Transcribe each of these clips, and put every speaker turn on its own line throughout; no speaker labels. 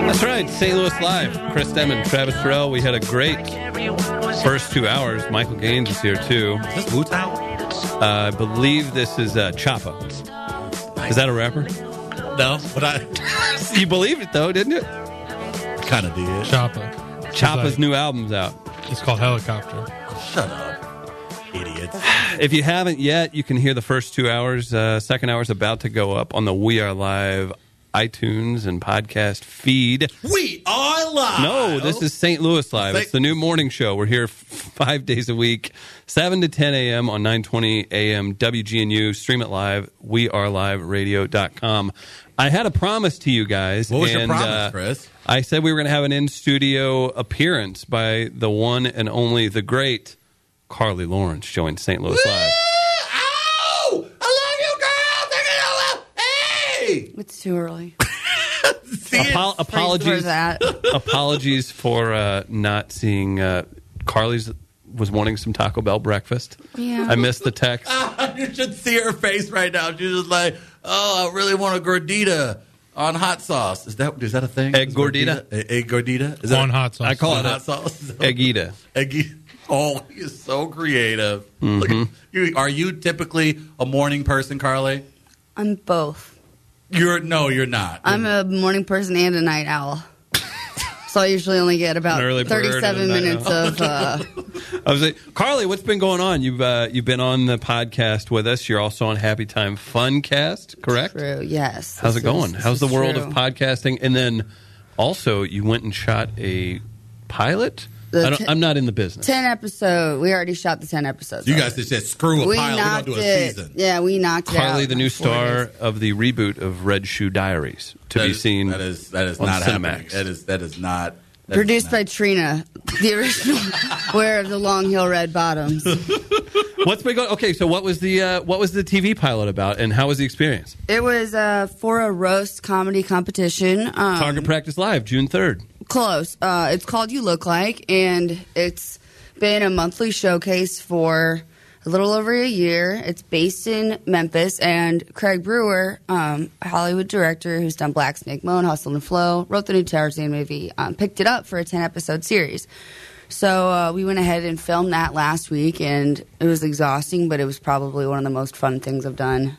St. Louis Live. Chris Demon, Travis Terrell. We had a great first two hours. Michael Gaines is here too. Is this Wu Tang? Uh, I believe this is uh, Choppa. Is that a rapper?
No, but I
You believed it though, didn't you?
kind of did.
Choppa. It's
Choppa's
like-
new album's out.
It's called Helicopter.
Shut up, idiot.
If you haven't yet, you can hear the first two hours. Uh, second hour's about to go up on the We Are Live iTunes and podcast feed.
We are live.
No, this is St. Louis Live.
St-
It's the new morning show. We're here f- five days a week, 7 to 10 a.m. on 920 a.m. WGNU. Stream it live, weareliveradio.com. I had a promise to you guys.
What was your
and,
promise,
uh,
Chris?
I said we were going to have an in studio appearance by the one and only, the great Carly Lawrence showing St. Louis Live.
Oh, I love you, girl. Take it away.
It's too early.
Hey, see it?
Apo-
for
apologies,
that.
apologies for uh, not seeing uh, Carly's was wanting some Taco Bell breakfast.
Yeah. Ah.
I missed the text.
you should see her face right now. She's just like, oh, I really want a gordita on hot sauce. Is that is that a thing?
Egg
Is
gordita?
A- Egg gordita. Is that
on hot sauce.
I call
on
it a-
hot sauce?
Egita.
Eggy. Oh, he is so creative. Look at
Mm-hmm.
you, are you typically a morning person, Carly?
I'm both.
You're no, you're not.
I'm a morning person and a night owl. So I usually only get about
An early bird and a
37
night
minutes of. Uh,
I was like, Carly, what's been going on? You've uh, you've been on the podcast with us. You're also on Happy Time Funcast, correct?
true. Yes.
How's it
This
going?
is- this
How's the
is
world
true.
of podcasting? And then also, you went and shot a pilot.
The
I don't,
t-
I'm not in the business.
10 episode. We already shot the 10 episodes.
you
of
guys
it.
just said screw a
we
pilot. We're gonna
knocked
do a
it.
season.
Yeah, we knocked it.
Carly,
out
the
in
new
four
star
days.
of the reboot of Red Shoe Diaries, to
That
be
is-
seen.
That is that is
on
not happening.
Cinemax.
That is that is not that is
Produced
not-
by Trina, the original wearer of the Long Hill Red Bottoms.
What's been going? Okay, so what was the uh, what was the TV pilot about, and how was the experience?
It was uh, for a roast comedy competition. Um,
Target Practice Live, June third.
Close. Uh, it's called You Look Like, and it's been a monthly showcase for a little over a year. It's based in Memphis, and Craig Brewer, um, a Hollywood director who's done Black Snake Moan, Hustle and Flow, wrote the new Tarzan movie, um, picked it up for a 10 episode series. So uh, we went ahead and filmed that last week, and it was exhausting, but it was probably one of the most fun things I've done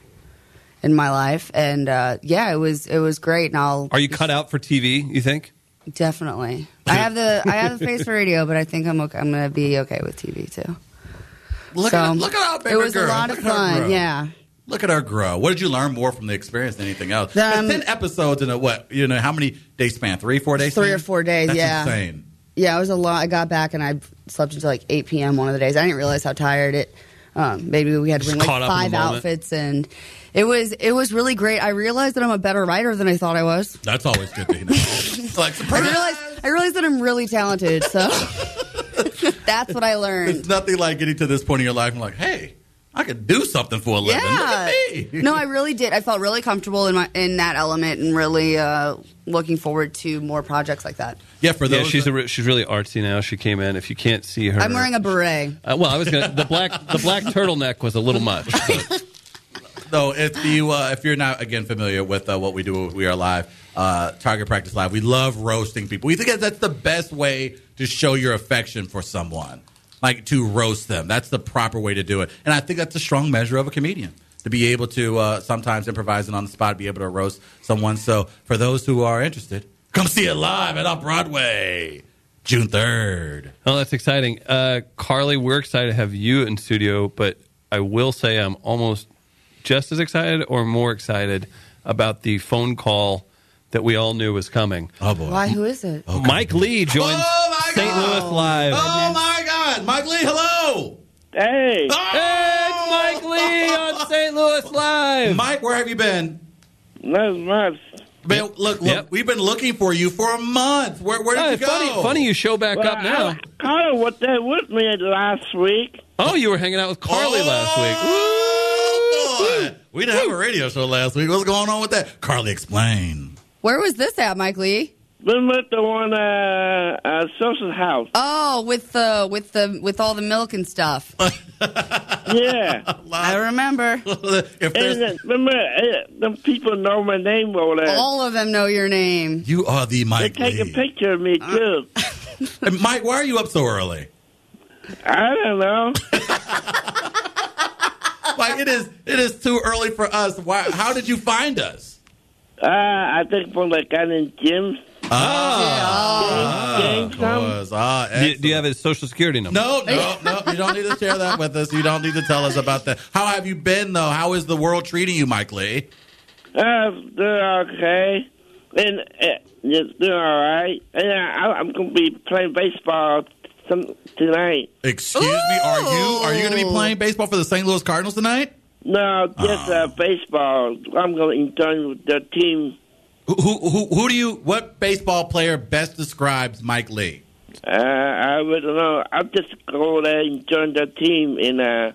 in my life. And uh, yeah, it was it was great, and I'll
Are you cut out for TV? You think?
Definitely. I have the I have the face for radio, but I think I'm okay. I'm gonna be okay with TV too.
Look
so,
at look at our baby
It was
girl.
a lot
Look
of
at her
fun.
grow.
Yeah.
Look at her grow. What did you learn more from the experience than anything else?
Um,
It's Ten episodes in a what? You know how many day span? Three, four days?
Three or four days,
That's
yeah.
insane.
Yeah, it was a lot. I got back and I slept until like 8 p.m. one of the days. I didn't realize how tired it. Um, maybe we had to bring
Just
like
caught up in
five
the moment.
outfits, and it was it was really great. I realized that I'm a better writer than I thought I was.
That's always good to know. It's like
I
surprise.
realized I realized that I'm really talented. So that's what I learned.
It's nothing like getting to this point in your life and like, hey, I could do something for a living. Look at me.
no, I really did. I felt really comfortable in my in that element, and really uh, looking forward to more projects like that.
Yeah, for those.
yeah, she's
that-
a re- she's really artsy now. She came in. If you can't see her,
I'm wearing a beret.
Uh, well, I was gonna the black the black turtleneck was a little much. but-
So if you uh, if you're not again familiar with uh, what we do, we are live. Uh, Target practice live. We love roasting people. We think that that's the best way to show your affection for someone, like to roast them. That's the proper way to do it, and I think that's a strong measure of a comedian to be able to uh, sometimes improvise and on the spot be able to roast someone. So for those who are interested, come see it live at Up Broadway, June third.
oh, that's exciting, uh, Carly. We're excited to have you in studio, but I will say I'm almost just as excited or more excited about the phone call that we all knew was coming.
Oh boy!
Why? Who is it?
Mike Lee joins
Oh, my
St.
God.
Louis Live.
Oh my God, Mike Lee, hello.
Hey,
Hey, it's Mike Lee on St. Louis Live.
Mike, where have you been?
not as much.
Man, look, look,
Yep.
we've been looking for you for a month. Where, where did
Hey,
you go?
funny, funny you show back
Well,
up now.
I, I caught her with that with me last week.
Oh, you were hanging out with
Oh,
Carly last week.
last week. We didn't have a radio show last week. What's going on with that? Carly, explain.
Where was this at, Mike Lee?
Been with the one uh, uh, social house.
Oh, with the with the with all the milk and stuff.
Yeah.
I remember.
if
and
there's,
uh, remember, uh, the people know my name over there.
All of them know your name.
you are the
they
Mike.
take a
Lee.
picture of me too.
And Mike, why are you up so early?
I don't know.
Like it is, it is too early for us. Why? How did you find us?
Uh, I think from that guy named Jim.
Ah,
James
was.
Thomas.
Ah,
Do you, do you
excellent.
have his social security number?
No, no, no. You don't need to share that with us. You don't need to tell us about that. How have you been, though? How is the world treating you, Mike Lee?
Uh, they're okay. And uh, yeah, they're all right. And I, I'm going to be playing baseball some tonight.
Excuse me. Are you are you going to be
Ooh.
playing baseball for the St. Louis Cardinals tonight?
No, just
Ah.
uh, baseball. I'm going to join with the team.
Who, who who who do you? What baseball player best describes Mike Lee?
Uh, I don't know. I'm just go there and join the team, and uh,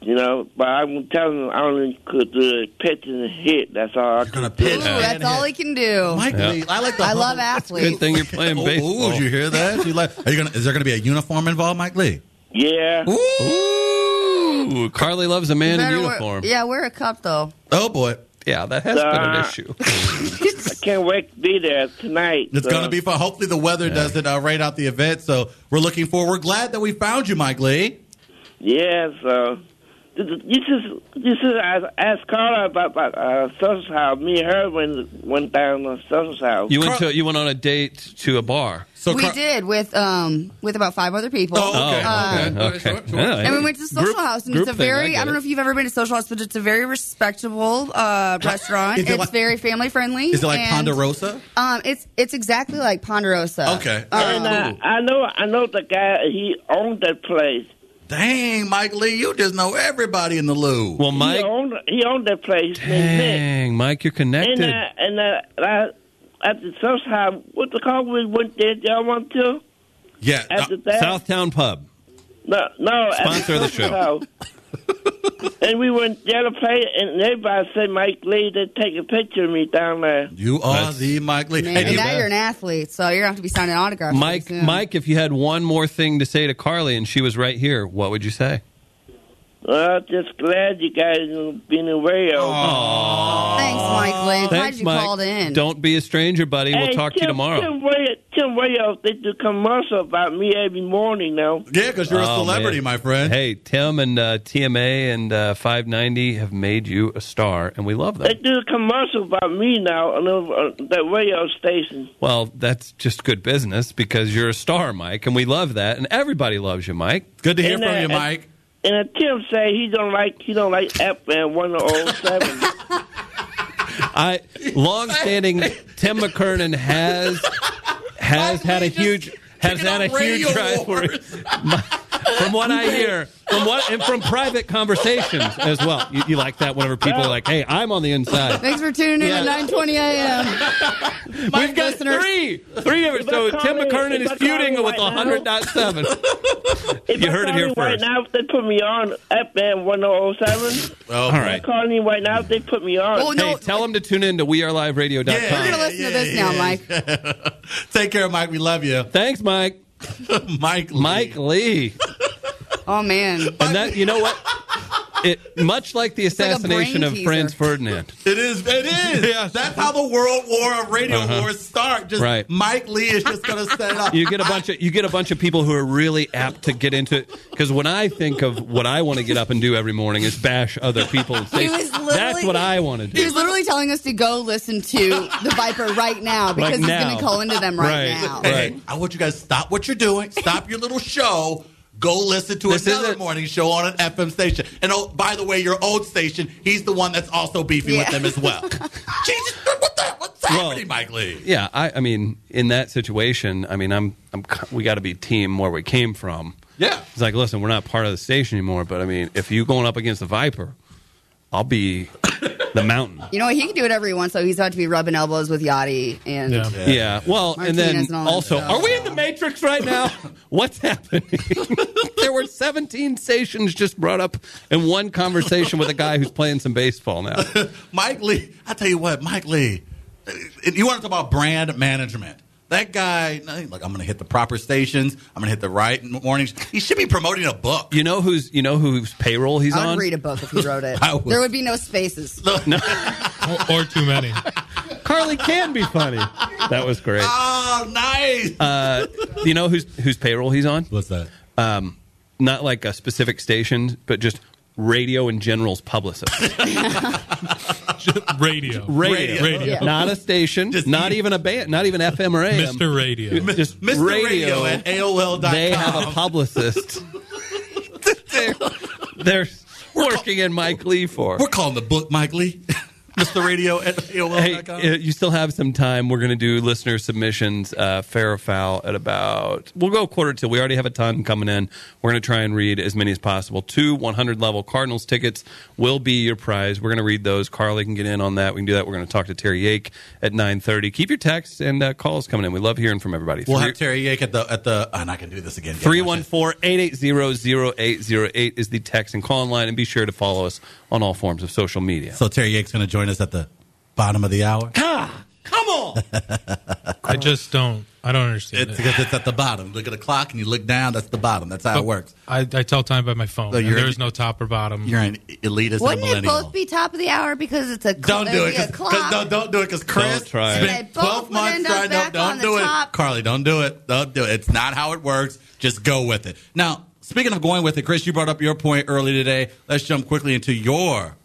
you know. But I'm telling them I only could do pitch and hit. That's all. I
You're going to
could
pitch.
Ooh,
and
that's all
hit.
he can do.
Mike
Yeah.
Lee. I like the.
I love
humble-
Good
athletes.
thing you're playing
Oh,
baseball.
Ooh, did you hear that? You like, are you gonna, is there going to be a uniform involved, Mike Lee?
do. Yeah.
Ooh, Carly loves a man in
Better wear-
uniform.
yeah, wear a cup though.
Oh boy,
Yeah, that has been an
Uh,
issue.
I can't wait to be there tonight.
it's
so-
going to be fun. Hopefully, the weather doesn't uh, rain out the event. So we're looking forward. We're glad that we found you, Mike Lee.
Yeah. So you just you should ask, ask Carla about, about uh, social house. Me and her went went down on social house.
You went
Carl-
to you went on a date to a bar.
So
we
Car-
did with um with about five other people.
Oh, okay.
Uh,
okay.
okay.
Sure, sure.
Yeah,
And we went to social
group-
house, and
group
it's a
thing,
very—I
get
don't know
it.
if you've ever been to social house, but it's a very respectable uh, restaurant.
Is it
it's
like-
very family-friendly.
Is it like
and,
Ponderosa?
Um, it's it's exactly like Ponderosa.
Okay. Oh,
and uh, I know I know the guy. He owned that place.
Dang, Mike Lee, you just know everybody in the Lou.
Well,
he
Mike,
owned he owned that place. His name's Nick.
dang, Mike, you're
And
connected.
uh, and uh, uh, at the south side, what the call we went there? Y'all want to?
yeah. uh,
After that,
Southtown Pub.
no, no. at
Sponsor the
South
show.
Side. and we went there to play, and everybody said, "Mike Lee, they take a picture of me down there."
you are
That's-
the Mike Lee.
Man,
And
and
you-
now you're an athlete, so you're gonna have to be signing autographs.
Mike,
pretty soon.
Mike, if you had one more thing to say to Carly and she was right here, what would you say?
Well, just glad you guys been in radio.
Thanks, Mike. Lee. Glad
Thanks,
you
Mike.
called in.
Don't be a stranger, buddy. we'll
Hey,
talk to you
Tim-
tomorrow.
Tim radio, Tim radio, they do commercial about me every morning now.
yeah, because you're a
Oh,
celebrity,
man.
my friend.
Hey, Tim and uh, TMA and uh, 590 have made you a star, and we love
They
that.
do commercial about me now on the, on the radio station.
Well, that's just good business because you're a star, Mike, and we love that, and everybody loves you, Mike.
Good to hear
And,
from
uh,
you,
and-
Mike.
And uh, Tim say he don't like he don't like FM one oh seven.
I long-standing Tim McKernan has has had a
Mike Lee
huge
just
has
picking
had a
up
huge
radio
rivalry.
wars.
From what I hear, from what and from private conversations as well. You, you like that whenever people are like, "Hey, I'm on the inside."
Thanks for tuning
Yeah.
in at 9:20 a.m.
We've got
listeners.
three, three different. So
If I
Tim
call
McKernan
it- if
is
I call
feuding
it
with
right now-
100.7.
If
You
I
heard it
call
here
you Right
first.
now, if they put me on FM one oh seven.
Oh, All
right.
Calling you right now, if they put me on.
Oh, no.
Hey, tell them to tune in to weareliveradio.com.
Yeah.
You're gonna listen to this now, Mike.
Take care, Mike. We love you,
Thanks, Mike.
Mike. Lee.
Mike Lee.
Oh man.
And that you know what? It much like the
like a
assassination
brain
of
teaser.
Franz Ferdinand.
It is. It is.
Yeah.
That's how the world war of radio
Uh-huh.
wars start. Just
Right.
Mike Lee is just going to set it up.
You get a bunch of you get a bunch of people who are really apt to get into it because when I think of what I want to get up and do every morning is bash other people's
He
faces.
was literally-
That's what I want to
He
do.
was literally telling us to go listen to the Viper right now because
Like
he's
now.
gonna call into them right,
Right.
now.
Hey,
Right.
hey, I want you guys to stop what you're doing. Stop your little show. Go listen to
This
another
isn't-
morning show on an FM station. And oh, by the way, your old station, he's the one that's also beefing with
Yeah.
them as well. Jesus, what the, what's happening, Mike Lee?
Yeah, I, I mean, in that situation, I mean, I'm, I'm we got to be team where we came from.
Yeah.
It's like, listen, we're not part of the station anymore, but I mean, if you going up against the Viper, I'll be the mountain.
You know what? He can do it every once. So he's about to be rubbing elbows with Yachty and
Yeah.
Yeah. Well, and then
Martinez and all that
also,
stuff.
are we in the Matrix right now? What's happening? there were 17 stations just brought up in one conversation with a guy who's playing some baseball now.
Mike Lee, I tell you what, Mike Lee, if you want to talk about brand management. That guy, like, I'm going to hit the proper stations. I'm going to hit the right mornings. He should be promoting a book.
You know who's you know whose payroll he's
I
on.
would read a book if you wrote it.
I would.
There would be no spaces.
or, or too many.
Carly can be funny. that was great.
Oh, nice.
Uh, you know whose whose payroll he's on?
What's that?
Um, not like a specific station, but just radio in general's publicist.
Radio.
Radio,
Radio.
Yeah.
not a station,
Just
not
you-
even a band, not even FM or AM.
Mr. Radio.
Just
Mr. Radio,
radio
at AOL.com.
they have a publicist. they're, they're working in Mike Lee for.
We're calling the book, Mike Lee. Mr. Radio at
Hey,
AOL.com.
uh, you still have some time. We're going to do listener submissions, uh, fair or foul, at about, we'll go quarter till. We already have a ton coming in. We're going to try and read as many as possible. Two 100 level Cardinals tickets will be your prize. We're going to read those. Carly can get in on that. We can do that. We're going to talk to Terry Yake at 9.30. Keep your texts and uh, calls coming in. We love hearing from everybody.
We'll
Three-
have Terry Yake at the at the. And I can do this again.
314-880-0808 is the text and call in line and be sure to follow us on all forms of social media.
So Terry Yake's going to join us at the bottom of the hour.
Come on.
I just don't. I don't understand
It's
it.
because it's at the bottom. Look at the clock and you look down. That's the bottom. That's
Oh.
how it works.
I, I tell time by my phone.
So
and
you're-
there is no top or bottom.
You're an elitist and a
Wouldn't it
millennial.
both be top of the hour because it's a cl-
don't do it.
it'd be a
'cause- 'cause
clock?
don't, don't do it because Chris
Don't try it.
spent
They
12
both would
months
end up
trying to.
back
Don't
on
do
the
it.
top.
Carly, don't do it. Don't do it. It's not how it works. Just go with it. Now, speaking of going with it, Chris, you brought up your point early today. Let's jump quickly into your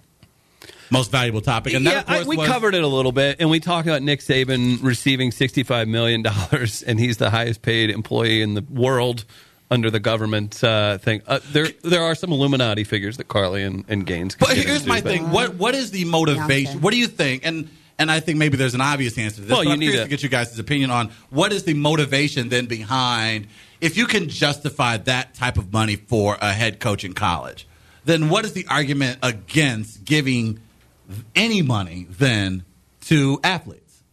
most valuable topic. And that,
yeah,
of
I,
course,
we
was-
covered it a little bit, and we talked about Nick Saban receiving sixty-five million dollars, and he's the highest-paid employee in the world under the government uh, thing. Uh, there, there are some Illuminati figures that Carly and, and Gaines. can
But
get
here's
into,
my
but-
thing. What what is the motivation?
Beyonce.
What do you think? And and I think maybe there's an obvious answer to this.
Well,
but
you
I'm
need
curious to
to-
get you guys' opinion on what is the motivation then behind if you can justify that type of money for a head coach in college, then what is the argument against giving any money then to athletes?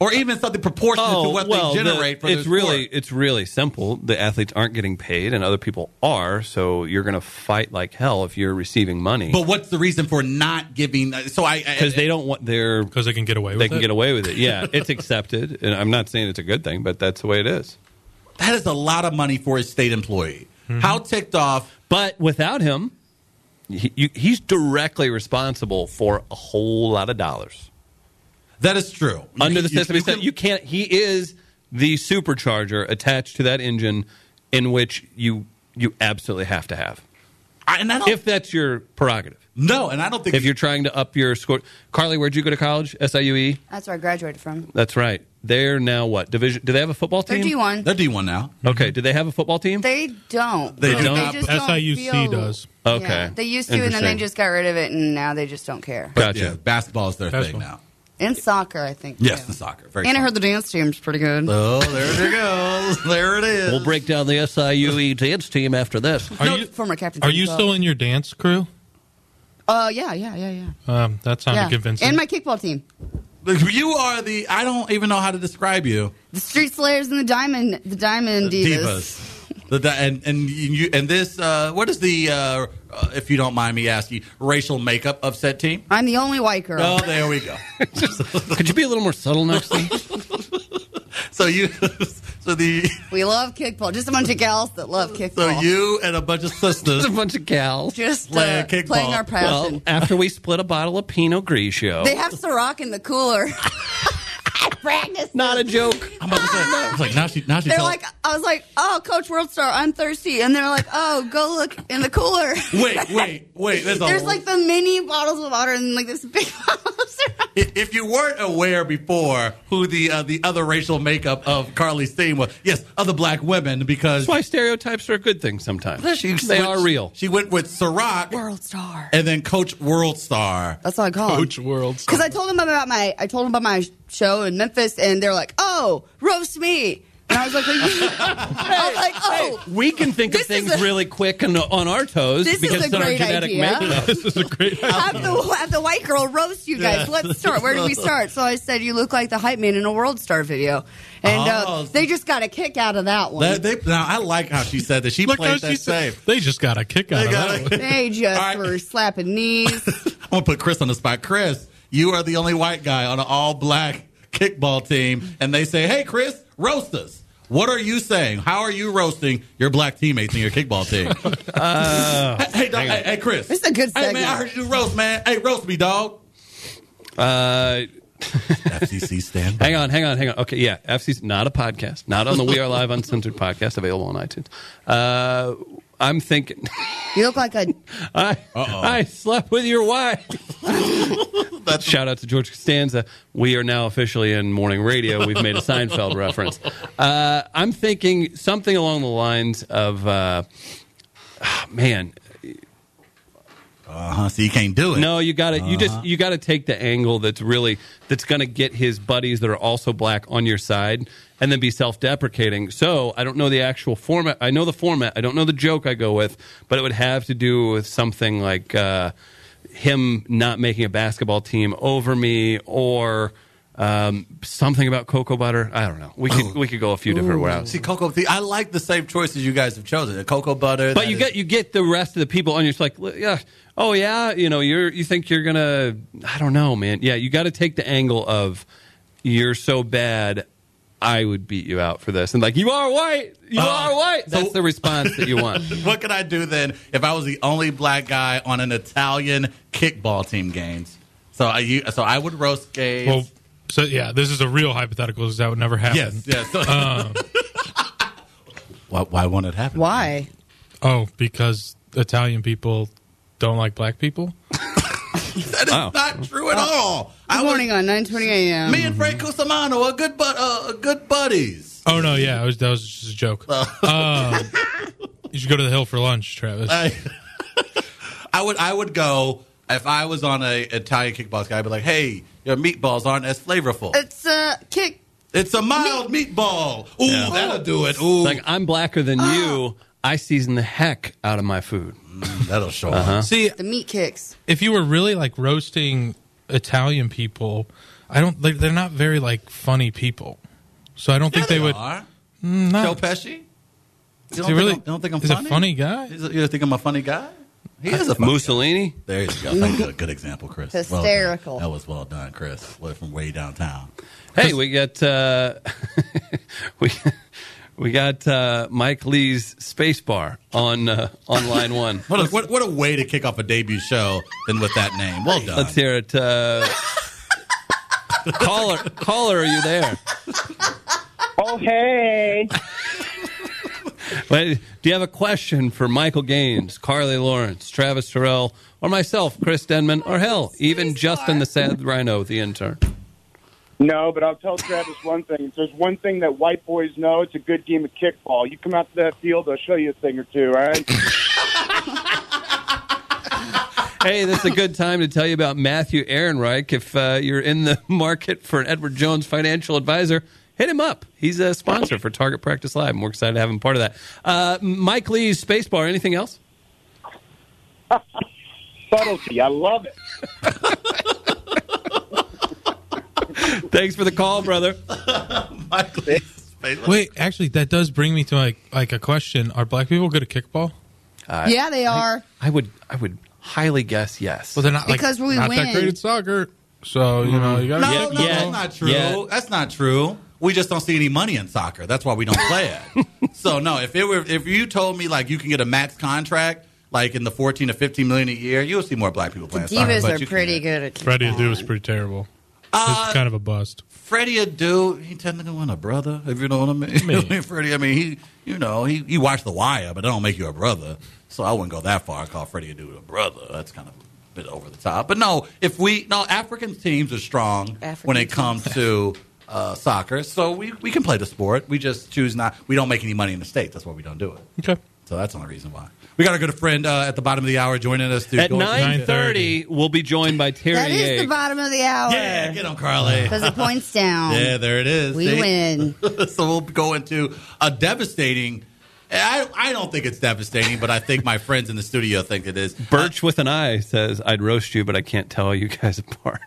Or even something proportionate to what
Oh, well,
they
the-
generate for
it's
their
really
sport.
it's really simple. The athletes aren't getting paid, and other people are. So you're going to fight like hell if you're receiving money
But what's the reason for not giving? uh, So I
because they don't want their
Because I can get away with
they can
it.
get away with it. Yeah, it's accepted, and I'm not saying it's a good thing, but that's the way it is.
that is a lot of money for a state employee.
Mm-hmm.
How ticked off
But without him, he, you, he's directly responsible for a whole lot of dollars
That is true.
under
You-
the
you-
system.
you
You,
can-
you can't. He is the supercharger attached to that engine, in which you you absolutely have to have
I- and I don't,
if that's your prerogative.
no, and I don't think
If you're trying to up your score, Carly, where'd you go to college? SIUE.
That's where I graduated from.
E? That's right. They're now what division? Do they have a football
They're
team?
D1.
they're D one now.
Mm-hmm.
Okay. Do they have a football team?
They don't.
They
Because
don't?
just don't
SIUC
feel-
does.
Okay.
Yeah, they used to, and then they
Interesting.
just got rid of it, and now they just don't care.
gotcha.
Yeah, basketball is their
Basketball.
thing now.
And soccer, I think.
Yes,
too.
and soccer. Very
And I
cool.
heard the dance team's pretty good.
Oh, there it goes. there it is.
We'll break down the SIUE E dance team after this.
Are
No,
you
former captain.
Are you
So-
still in your dance crew?
Uh, yeah, yeah, yeah, yeah.
Um, that sounded
yeah.
convincing.
And my kickball team,
You are the. I don't even know how to describe you.
the Street Slayers and the Diamond, the Diamond Divas.
Divas. The, the- and and you and this. Uh, what is the? Uh, uh, if you don't mind me asking, racial makeup of said team.
I'm the only white girl.
Oh, there we go.
Could you be a little more subtle next time?
so you. So the.
We love kickball. Just a bunch of gals that love
So
kickball.
you and a bunch of sisters.
a bunch of gals.
just uh,
Play kickball.
playing our passion.
Well, after we split a bottle of Pinot Grigio,
They have Ciroc in the cooler. At practice.
not a joke.
I'm about to say. I was like, now she. Now she.
They're
tell-
like, I was like, oh, Coach Worldstar, I'm thirsty, and they're like, oh, go look in the cooler.
Wait, wait, wait. There's, a
There's like the mini bottles of water and like this big bottle of Ciroc.
I- If you weren't aware before who the uh, the other racial makeup of Carly's theme was, yes, other black women because
That's why stereotypes are a good thing sometimes. they
went-
are real.
She went with Ciroc
Worldstar.
and then Coach World Star.
That's all I call him.
world.
Because I told them about my, I told them about my show in Memphis, and they're like, oh, roast me. And I was like, are you- I was like, oh,
We can think of
This is
things
a-
really quick and on our toes
This is
because
a
of our
great
genetic
idea.
makeup.
this is a great.
have the, have the white girl roast you guys. Let's start. Where do we start? So I said, you look like the hype man in a World Star video. And
Oh.
uh, they just got a kick out of that one.
That- they- now I like how she said that. She
Look how
played that
she said.
safe.
They just got a kick out
They
of
got
that.
a-
one.
They just
All right.
were slapping knees.
I'm gonna put Chris on the spot. Chris, you are the only white guy on an all black kickball team, and they say, hey, Chris, roast us. What are you saying? How are you roasting your black teammates in your kickball team?
Uh,
hey, hey, dog, hey, hey, Chris.
This is a good
Hey, man,
segment.
I heard you do roast, man. Hey, roast me, dog.
Uh,
FCC stand.
hang on, hang on, hang on. Okay, yeah, FC's not a podcast, not on the We Are Live Uncensored podcast, available on iTunes. Uh, I'm thinking,
You look like a.
I, I slept with your wife. Shout out to George Costanza. We are now officially in morning radio. We've made a Seinfeld reference. Uh, I'm thinking something along the lines of, uh, ah, man,
Uh huh. So you can't do it.
No, you got to you just you got to take the angle that's really that's going to get his buddies that are also black on your side and then be self-deprecating. So, I don't know the actual format. I know the format. I don't know the joke I go with, but it would have to do with something like uh him not making a basketball team over me or um, something about cocoa butter. I don't know. We could we could go a few different routes.
See, cocoa. See, I like the same choices you guys have chosen. The cocoa butter.
But
that
you
is-
get you get the rest of the people on. You're just like, "Look, yeah, oh yeah, you know, you're you think you're gonna, I don't know, man. Yeah, you got to take the angle of you're so bad, I would beat you out for this, and like you are white, you
Oh,
are white. Uh, That's
so-
the response that you want.
What could I do then if I was the only black guy on an Italian kickball team games? So I you, so I would roast gays.
Well, so yeah, this is a real hypothetical because that would never happen. Um,
yes, yes.
Uh,
why, why won't it happen?
Why?
Oh, because Italian people don't like black people.
That is
Wow.
not true at all. I
Good
was,
morning on 9:20 a.m.
me and Frank Cusimano are good, but uh, good buddies.
Oh no, yeah, it was, that was just a joke. Um, you should go to the hill for lunch, Travis.
I, I would I would go if I was on a Italian kickball guy. I'd be like, hey, your meatballs aren't as flavorful.
It's a kick.
It's a mild meatball. Ooh,
Yeah.
that'll do it. Ooh,
Like I'm blacker than you. I season the heck out of my food.
that'll show up.
See,
The meat kicks.
if you were really like roasting Italian people, I don't. Like, they're not very like funny people, so I don't think they, would. Hmm,
Are. Joe
Not,
Pesci? You don't,
Is he
think
really-
I'm, you don't think I'm
is
funny?
a funny guy.
Is it- you don't think I'm a funny guy? He is a funny
Mussolini.
There you go. Thank you. Good example, Chris. Well done.
Hysterical.
that was well done, Chris. Way from way downtown.
Hey, we got uh, we we got uh, Mike Lee's space bar on uh, on line one.
What a, what, what a way to kick off a debut show than with that name. Well done.
Let's hear it. Uh, caller, caller, are you there?
Oh, hey.
Wait, do you have a question for Michael Gaines, Carly Lawrence, Travis Terrell, or myself, Chris Denman, or hell, even Justin the Sad Rhino, the intern?
No, but I'll tell Travis one thing. If there's one thing that white boys know, it's a good game of kickball. You come out to that field, I'll show you a thing or two, all right?
Hey, this is a good time to tell you about Matthew Ehrenreich. If uh, you're in the market for an Edward Jones financial advisor, hit him up. He's a sponsor for Target Practice Live, and we're excited to have him part of that. Uh, Mike Lee's Spacebar, anything else?
Subtlety. I love it.
Thanks for the call, brother.
Michael Space-
Wait, actually, that does bring me to like like a question: Are black people good at kickball?
yeah, they are.
I would, I would highly guess yes.
Well, they're not like,
Because we
not
win.
that great at soccer. So you know you got
No,
Yeah,
no,
yeah,
that's not true.
yeah.
That's not true. We just don't see any money in soccer. That's why we don't play it. so no, if it were, if you told me like you can get a max contract like in the fourteen to fifteen million a year, you'll see more black people playing soccer.
Divas
but
are
you
pretty
can't.
good at kick.
Freddie Adu was pretty terrible. Uh, kind of a bust.
Freddie a dude. He technically wasn't a brother, if you know what I mean.
Me.
Freddie, I mean, he, you know, he, he watched The Wire, but that don't make you a brother. So I wouldn't go that far. Call Freddie a dude a brother. That's kind of a bit over the top. But no, if we no African teams are strong
African
when it
teams.
comes to uh, soccer, so we we can play the sport. We just choose not. We don't make any money in the state. That's why we don't do it.
Okay.
So that's the only reason why. We got a good friend uh, at the bottom of the hour joining us. Dude,
At nine thirty, we'll be joined by Terry.
That is the
Yates.
bottom of the hour.
Yeah, get him, Carly.
Because it points down.
Yeah, there it is.
we
See?
win.
so we'll go into a devastating. I, I don't think it's devastating, but I think my friends in the studio think it is.
Birch with an eye says, "I'd roast you, but I can't tell you guys apart."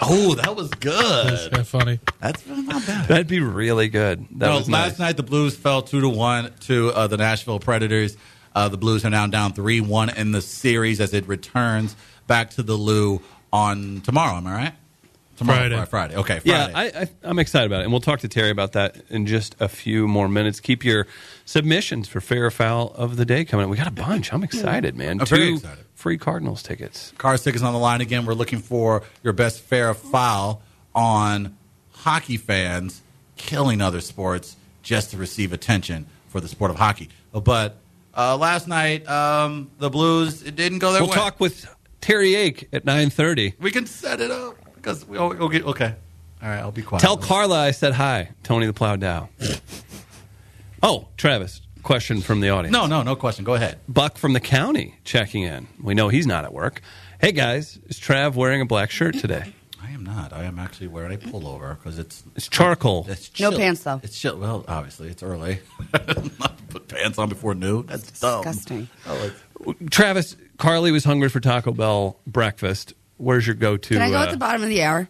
Oh, that was
That's
good.
kind of funny.
That's really not bad.
That'd be really good. That
No,
was
last
nice.
night the Blues fell two to one to uh, the Nashville Predators. Uh, the Blues are now down three one in the series as it returns back to the Lou on tomorrow. Am I right? Tomorrow,
Friday.
Fri- Friday. Okay,
Yeah,
Friday.
I, I, I'm excited about it, and we'll talk to Terry about that in just a few more minutes. Keep your submissions for fair or foul of the day coming. up. We got a bunch. I'm excited, man.
I'm
Two
very excited.
free Cardinals tickets.
Car Sick is on the line again. We're looking for your best fair foul on hockey fans killing other sports just to receive attention for the sport of hockey. But uh, last night, um, the Blues it didn't go their
We'll
way.
talk with Terry Ake at 9:30.
We can set it up because we will get okay. All right, I'll be quiet.
Tell Carla I said hi. Tony the Plow Dow. oh, Travis, question from the audience.
No, no, no question. Go ahead.
Buck from the county checking in. We know he's not at work. Hey guys, is Trav wearing a black shirt today?
I am not. I am actually wearing a pullover because it's
It's charcoal.
it's
No
chill.
pants, though.
It's chill. Well, obviously it's early. Not Put pants on before noon. That's dumb.
Disgusting.
Oh, it's-
Travis, Carly was hungry for Taco Bell breakfast. Where's your go-to?
Can I go
uh,
at the bottom of the hour?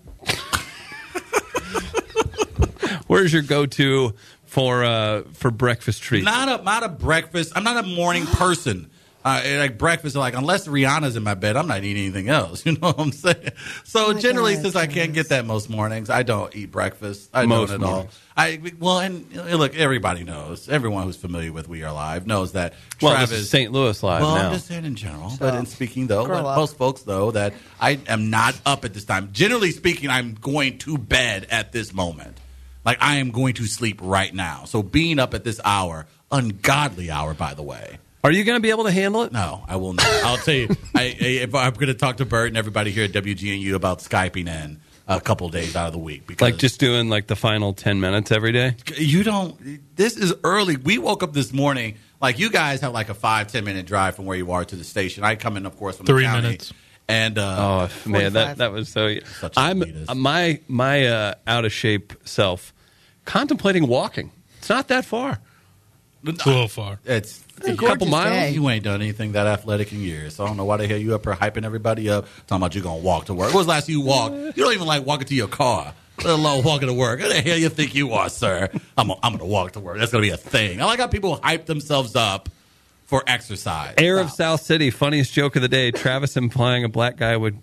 Where's your go-to for uh, for breakfast treat?
Not a not a breakfast. I'm not a morning person. Uh, and, like breakfast, like unless Rihanna's in my bed, I'm not eating anything else. You know what I'm saying? So
Oh my
generally,
God,
since I can't get that most mornings, I don't eat breakfast. I
Most
don't at
mornings.
all. I well, and you know, look, everybody knows. Everyone who's familiar with We Are Live knows that
well,
Travis
this is St. Louis live
well,
now.
I'm just saying in general, but in speaking though,
grow
but
up.
most folks though that I am not up at this time. Generally speaking, I'm going to bed at this moment. Like I am going to sleep right now. So being up at this hour, ungodly hour, by the way.
Are you going to be able to handle it?
No, I will not. I'll tell you. I, I, if I'm going to talk to Bert and everybody here at WGNU about skyping in a couple days out of the week, because
Like just doing like the final ten minutes every day.
you don't this is early we woke up this morning like you guys have like a five ten minute drive from where you are to the station i come in of course from
Three
the county,
minutes.
and uh,
Oh man, that
45.
that was so.
Such
I'm
elitist.
my my uh, out of shape self contemplating walking. It's not that far.
It's a little far.
it's
A couple
Gorgeous
miles.
day.
you ain't done anything that athletic in years so i don't know why the hell you up here hyping everybody up talking about you gonna walk to work what was the last you walked you don't even like walking to your car let alone walking to work. Who the hell you think you are, sir? I'm, i I'm going to walk to work. That's going to be a thing. I like how people hype themselves up for exercise.
Air of South City, funniest joke of the day. Travis implying a black guy would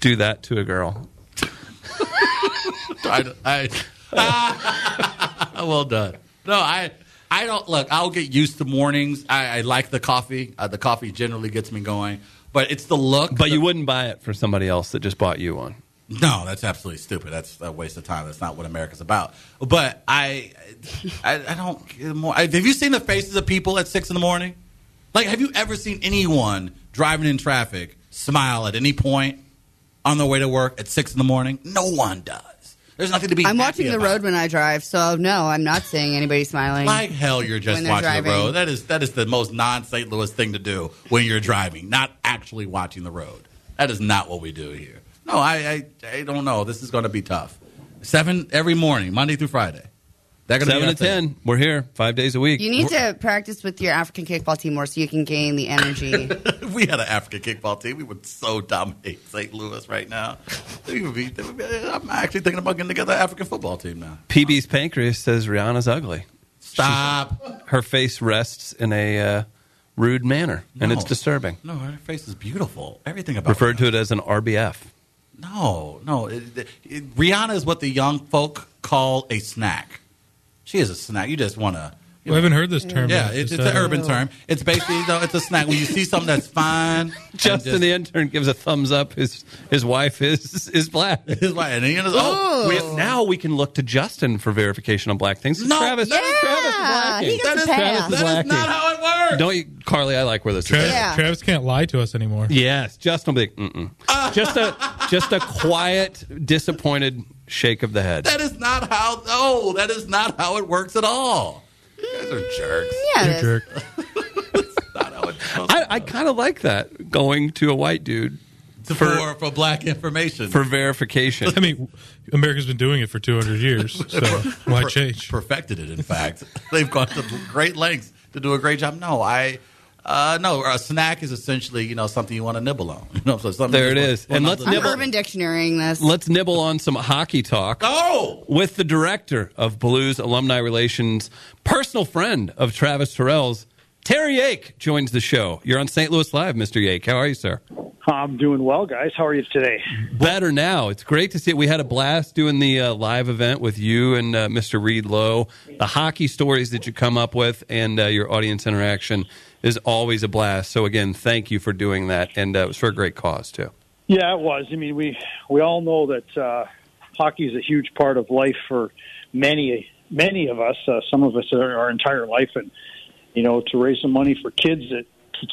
do that to a girl.
I, I, well done. No, I I don't look. I'll get used to mornings. I, I like the coffee. Uh, the coffee generally gets me going, but it's the look.
But you wouldn't buy it for somebody else that just bought you one.
no, that's absolutely stupid. That's a waste of time. That's not what America's about. But I I, I don't. get More, I, have you seen the faces of people at six in the morning? Like, have you ever seen anyone driving in traffic smile at any point on their way to work at six in the morning? No one does. There's nothing to be.
I'm
happy
watching the
about.
road when I drive, so no, I'm not seeing anybody smiling.
Like hell, you're just
When they're
watching
driving.
the road. That is that is the most non St. Louis thing to do when you're driving, not actually watching the road. That is not what we do here. No, I I, I don't know. This is going to be tough. Seven every morning, Monday through Friday. They're gonna be
Seven
our
to ten. We're here five days a week.
you need to practice with your African kickball team more so you can gain the energy.
thing. If we had an African kickball team, we would so dominate St. Louis right now. We would be- I'm actually thinking about getting together an African football team now.
PB's pancreas says Rihanna's ugly.
Stop.
Her face rests in a uh, rude manner, and it's
No.
disturbing.
No, her face is beautiful. Everything about
Referred
her.
to it as an RBF.
No, no. It, it- it- Rihanna is what the young folk call a snack. She is a snack. You just want to.
We haven't heard this term.
Yeah,
yet.
it's,
Is
it's an
that-
urban term. It's basically though it's a snack when you see something that's fine. and
Justin, the intern, gives a thumbs up. His his wife is is black.
His wife, and he is, oh,
We- now we can look to Justin for verification on black things.
No,
Travis,
yeah,
Travis is
he
blacking.
gets a
Travis
pass.
that is
is blacking.
not how it works.
Don't you, Carly? I like where this
Travis,
is.
Yeah.
Travis can't lie to us anymore.
Yes, Justin will be like, mm-mm. just a just a quiet, disappointed shake of the head.
That is not how. No, that is not how it works at all. You guys are jerks.
Yeah,
You
it is.
jerk.
Not how it's supposed
I, I kind of like that going to a white dude
to
for-
for for black information
for verification.
I mean, America's been doing it for 200 years, so why
per-
change?
Perfected it, in fact. They've gone to great lengths to do a great job. No, I. Uh, no, a snack is essentially you know something you want to nibble on. You know, so something you
There it
just
is.
want-
And
well,
let's
not
I'm
to
nibble.
urban dictionarying this.
Let's nibble on some hockey talk
Oh,
with the director of Blues Alumni Relations, personal friend of Travis Terrell's, Terry Yake joins the show. You're on St. Louis Live, Mr. Yake. How are you, sir?
I'm doing well, guys. How are you today?
Better now. It's great to see it. We had a blast doing the uh, live event with you and uh, Mr. Reed Lowe. The hockey stories that you come up with and uh, your audience interaction is always a blast. So, again, thank you for doing that. And uh, it was for a great cause, too.
Yeah, it was. I mean, we we all know that uh, hockey is a huge part of life for many many of us. Uh, some of us are our entire life, and you know, to raise some money for kids that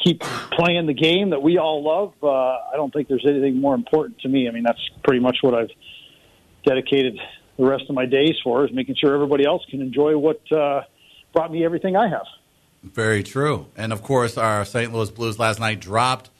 keep playing the game that we all love. Uh, I don't think there's anything more important to me. I mean, that's pretty much what I've dedicated the rest of my days for is making sure everybody else can enjoy what uh, brought me everything I have.
Very true. And of course, our St. Louis Blues last night dropped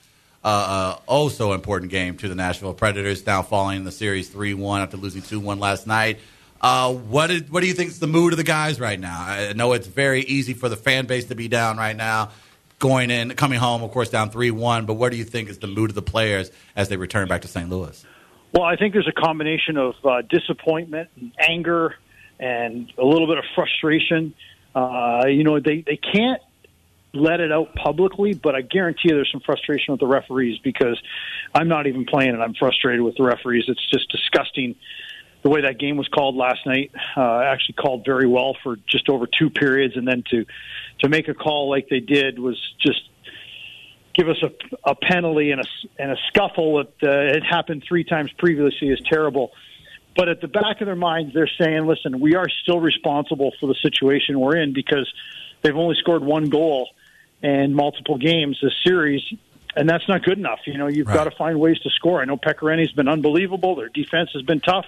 uh, uh, oh so important game to the Nashville Predators, now falling in the series 3 1 after losing 2 1 last night. Uh, what, is, what do you think is the mood of the guys right now? I know it's very easy for the fan base to be down right now, going in, coming home, of course, down 3 1, but what do you think is the mood of the players as they return back to St. Louis?
Well, I think there's a combination of uh, disappointment, and anger, and a little bit of frustration. Uh, you know, they, they can't let it out publicly, but I guarantee you there's some frustration with the referees because I'm not even playing and I'm frustrated with the referees. It's just disgusting the way that game was called last night. Uh, actually called very well for just over two periods, and then to to make a call like they did was just give us a, a penalty and a, and a scuffle that uh, had happened three times previously is terrible. But at the back of their minds, they're saying, listen, we are still responsible for the situation we're in because they've only scored one goal in multiple games this series, and that's not good enough. You know, you've
Right.
got to find ways to score. I know Pecorini's been unbelievable, their defense has been tough,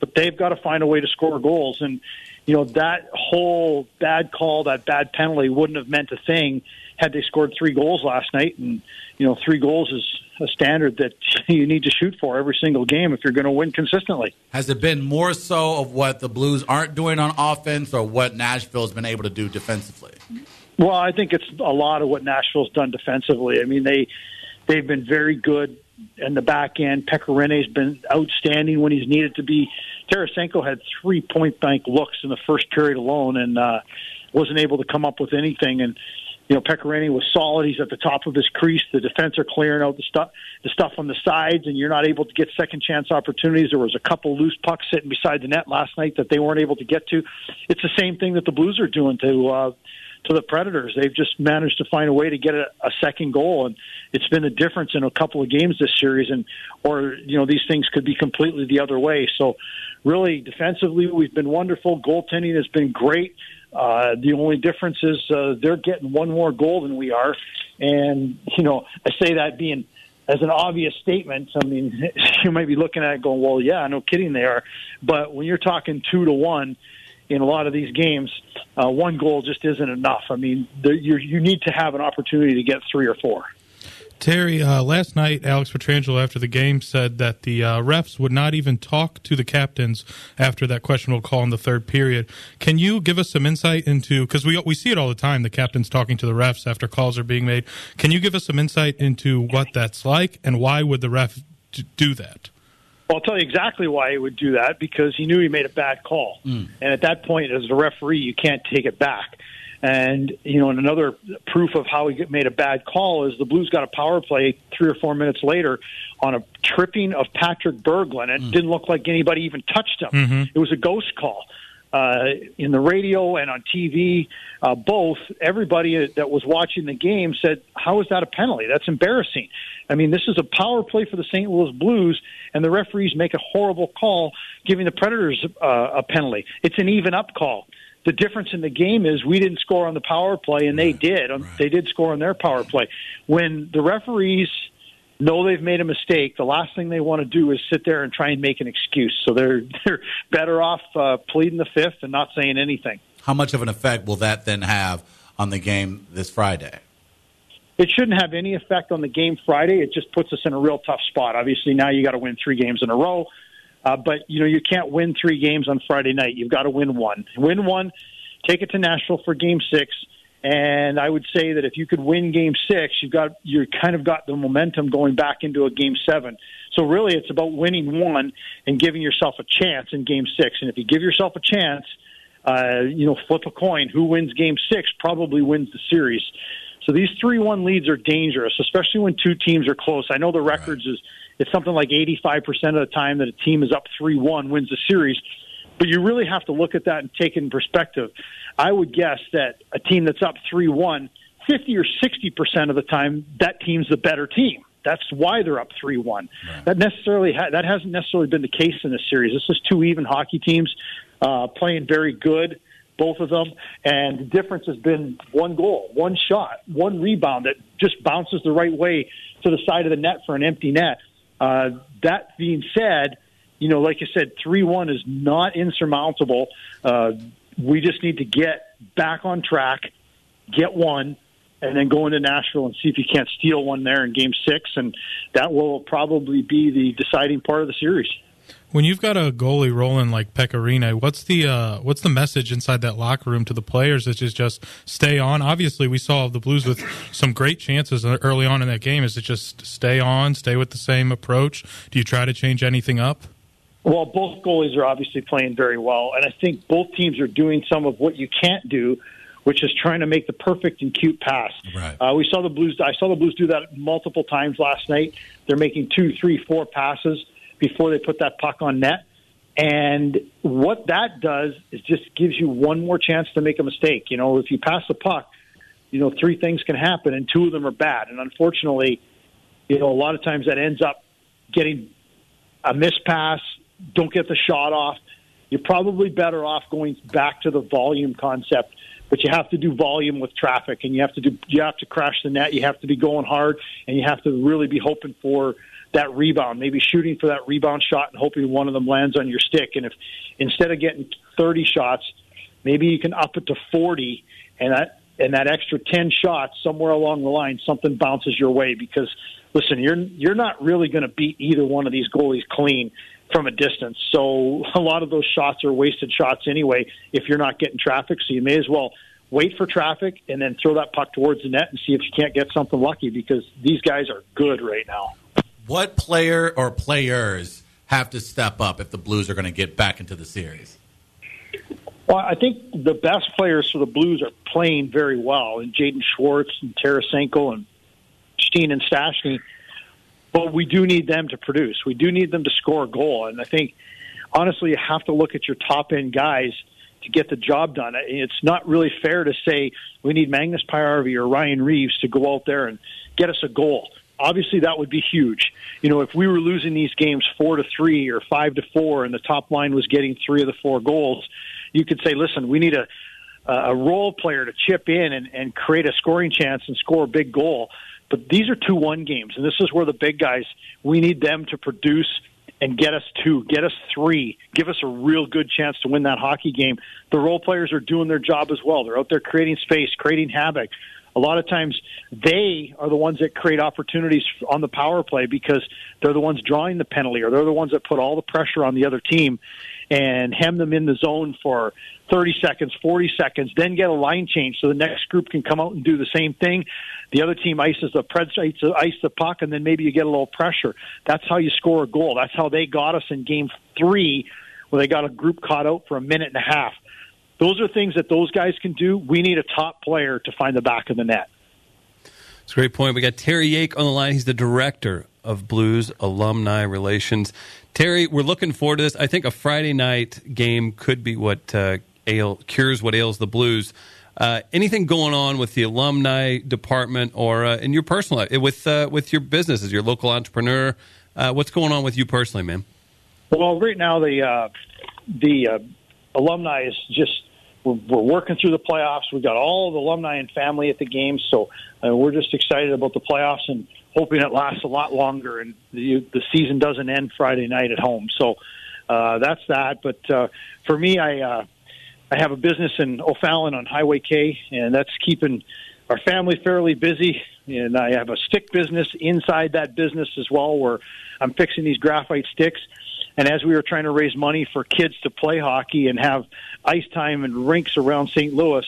but they've got to find a way to score goals. And, you know, that whole bad call, that bad penalty wouldn't have meant a thing had they scored three goals last night. And, you know, three goals is a standard that you need to shoot for every single game if you're going to win consistently.
Has it been more so of what the Blues aren't doing on offense or what Nashville's been able to do defensively?
Well, I think it's a lot of what Nashville's done defensively. I mean, they they've been very good in the back end. Pecorine's been outstanding when he's needed to be. Tarasenko had three point blank looks in the first period alone, and uh, wasn't able to come up with anything. And you know, Pecorine was solid. He's at the top of his crease. The defense are clearing out the stuff, the stuff on the sides, and you're not able to get second chance opportunities. There was a couple loose pucks sitting beside the net last night that they weren't able to get to. It's the same thing that the Blues are doing to uh, to the Predators. They've just managed to find a way to get a, a second goal, and it's been the difference in a couple of games this series. And or you know these things could be completely the other way. So really, defensively, we've been wonderful. Goaltending has been great. Uh, the only difference is uh, they're getting one more goal than we are, and you know I say that being as an obvious statement. I mean, you might be looking at it going, "Well, yeah, no kidding, they are," but when you're talking two to one in a lot of these games, uh, one goal just isn't enough. I mean, there, you you need to have an opportunity to get three or four.
Terry, uh, last night, Alex Petrangelo after the game said that the uh, refs would not even talk to the captains after that questionable call in the third period. Can you give us some insight into because we we see it all the time the captains talking to the refs after calls are being made? Can you give us some insight into what that's like and why would the ref d- do that?
Well, I'll tell you exactly why he would do that because he knew he made a bad call. And at that point, as a referee, you can't take it back. And, you know, and another proof of how he get- made a bad call is the Blues got a power play three or four minutes later on a tripping of Patrick Berglund. It didn't look like anybody even touched him. It was a ghost call. Uh, in the radio and on TV, uh, both, everybody that was watching the game said, How is that a penalty? That's embarrassing. I mean, this is a power play for the St. Louis Blues, and the referees make a horrible call, giving the Predators uh, a penalty. It's an even up call. The difference in the game is we didn't score on the power play, and they did. Um, They did score on their power play. When the referees know they've made a mistake, the last thing they want to do is sit there and try and make an excuse. So they're they're better off uh, pleading the fifth and not saying anything.
How much of an effect will that then have on the game this Friday?
it shouldn't have any effect on the game Friday. It just puts us in a real tough spot. Obviously, now you got to win three games in a row. Uh, but you know you can't win three games on Friday night. You've got to win one. Win one, take it to Nashville for Game Six. And I would say that if you could win Game Six, you've got you kind of got the momentum going back into a Game Seven. So really, it's about winning one and giving yourself a chance in Game Six. And if you give yourself a chance, Uh, you know, flip a coin. Who wins game six probably wins the series. So these 3 1 leads are dangerous, especially when two teams are close. I know the records is it's something like 85% of the time that a team is up 3 1 wins the series, but you really have to look at that and take it in perspective. I would guess that a team that's up 3 1, 50 or 60% of the time, that team's the better team. That's why they're up three one. That necessarily ha- that hasn't necessarily been the case in this series. This is two even hockey teams uh, playing very good both of them. And the difference has been one goal, one shot, one rebound that just bounces the right way to the side of the net for an empty net. Uh, that being said, you know, like I said, 3 1 is not insurmountable. Uh, we just need to get back on track, get one, and then go into Nashville and see if you can't steal one there in game six. And that will probably be the deciding part of the series.
When you've got a goalie rolling like Pecorino, what's the uh, what's the message inside that locker room to the players? Is it just stay on? Obviously, we saw the Blues with some great chances early on in that game. Is it just stay on, stay with the same approach? Do you try to change anything up?
Well, both goalies are obviously playing very well, and I think both teams are doing some of what you can't do, which is trying to make the perfect and cute pass.
Right.
Uh, we saw the Blues. I saw the Blues do that multiple times last night. They're making two, three, four passes before they put that puck on net. And what that does is just gives you one more chance to make a mistake. You know, if you pass the puck, you know, three things can happen, and two of them are bad. And unfortunately, you know, a lot of times that ends up getting a missed pass, don't get the shot off. You're probably better off going back to the volume concept, but you have to do volume with traffic, and you have to do you have to crash the net, you have to be going hard, and you have to really be hoping for that rebound, maybe shooting for that rebound shot and hoping one of them lands on your stick. And if instead of getting 30 shots, maybe you can up it to 40, and that and that extra 10 shots somewhere along the line, something bounces your way because listen, you're you're not really going to beat either one of these goalies clean from a distance. So a lot of those shots are wasted shots anyway if you're not getting traffic. So you may as well wait for traffic and then throw that puck towards the net and see if you can't get something lucky because these guys are good right now.
What player or players have to step up if the Blues are going to get back into the series?
Well, I think the best players for the Blues are playing very well, and Jaden Schwartz and Tarasenko and Steen and Stashny. But we do need them to produce. We do need them to score a goal. And I think, honestly, you have to look at your top end guys to get the job done. I- It's not really fair to say we need Magnus Pyarvi or Ryan Reeves to go out there and get us a goal. Obviously, that would be huge. You know, if we were losing these games four to three or five to four, and the top line was getting three of the four goals, you could say, "Listen, we need a a role player to chip in and, and create a scoring chance and score a big goal." But these are two one games, and this is where the big guys we need them to produce and get us two, get us three, give us a real good chance to win that hockey game. The role players are doing their job as well. They're out there creating space, creating havoc. A lot of times they are the ones that create opportunities on the power play because they're the ones drawing the penalty or they're the ones that put all the pressure on the other team and hem them in the zone for 30 seconds, 40 seconds, then get a line change so the next group can come out and do the same thing. The other team ices the pres- ice the puck and then maybe you get a little pressure. That's how you score a goal. That's how they got us in game 3 where they got a group caught out for a minute and a half. Those are things that those guys can do. We need a top player to find the back of the net.
It's a great point. We got Terry Yake on the line. He's the director of Blues Alumni Relations. Terry, we're looking forward to this. I think a Friday night game could be what uh, ail, cures what ails the Blues. Uh, anything going on with the alumni department or uh, in your personal life, with uh, with your business as your local entrepreneur? Uh, what's going on with you personally, man?
Well, right now the uh, the uh, alumni is just we're, we're working through the playoffs. We've got all the alumni and family at the game, so uh, we're just excited about the playoffs and hoping it lasts a lot longer and the the season doesn't end Friday night at home. So uh, that's that. But uh, for me, I uh, I have a business in O'Fallon on Highway K, and that's keeping our family fairly busy. And I have a stick business inside that business as well, where I'm fixing these graphite sticks. And as we were trying to raise money for kids to play hockey and have ice time and rinks around St. Louis,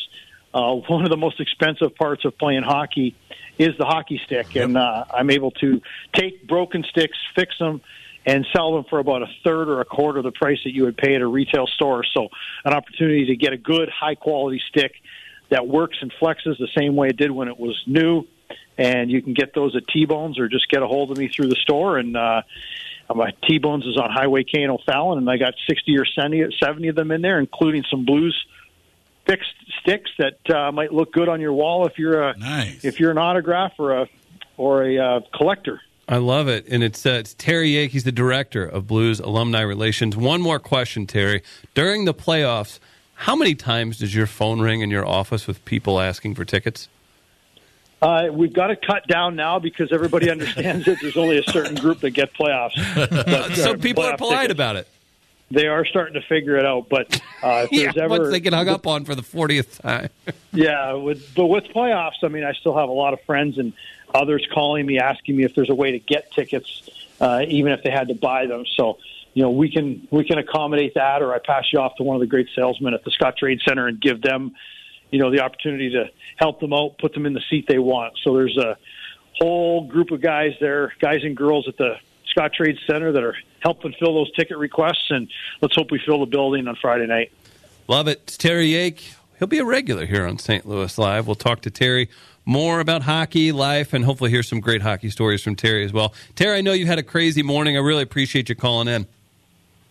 uh, one of the most expensive parts of playing hockey is the hockey stick. And uh, I'm able to take broken sticks, fix them, and sell them for about a third or a quarter of the price that you would pay at a retail store. So, an opportunity to get a good, high quality stick that works and flexes the same way it did when it was new. And you can get those at T Bones or just get a hold of me through the store. And uh, my T Bones is on Highway K in O'Fallon, and I got 60 or 70 of them in there, including some blues fixed sticks that uh, might look good on your wall if you're a
Nice.
if you're an autograph or a or a uh, collector.
I love it. And it's, uh, it's Terry Yake. He's the director of Blues Alumni Relations. One more question, Terry. During the playoffs, how many times does your phone ring in your office with people asking for tickets?
Uh, we've got to cut down now because everybody understands that there's only a certain group that get playoffs. But,
So
uh,
people are
playoff
polite
tickets,
about it.
They are starting to figure it out, but uh, if
Yeah,
there's ever
once they get hung up on for the 40th time.
Yeah, with, but with playoffs, I mean, I still have a lot of friends and others calling me asking me if there's a way to get tickets, uh, even if they had to buy them. So, you know, we can we can accommodate that, or I pass you off to one of the great salesmen at the Scott Trade Center and give them, you know, the opportunity to help them out, put them in the seat they want. So there's a whole group of guys there, guys and girls at the Scott Trade Center that are helping fill those ticket requests, and let's hope we fill the building on Friday night.
Love it. It's Terry Yake. He'll be a regular here on St. Louis Live. We'll talk to Terry more about hockey, life, and hopefully hear some great hockey stories from Terry as well. Terry, I know you had a crazy morning. I really appreciate you calling in.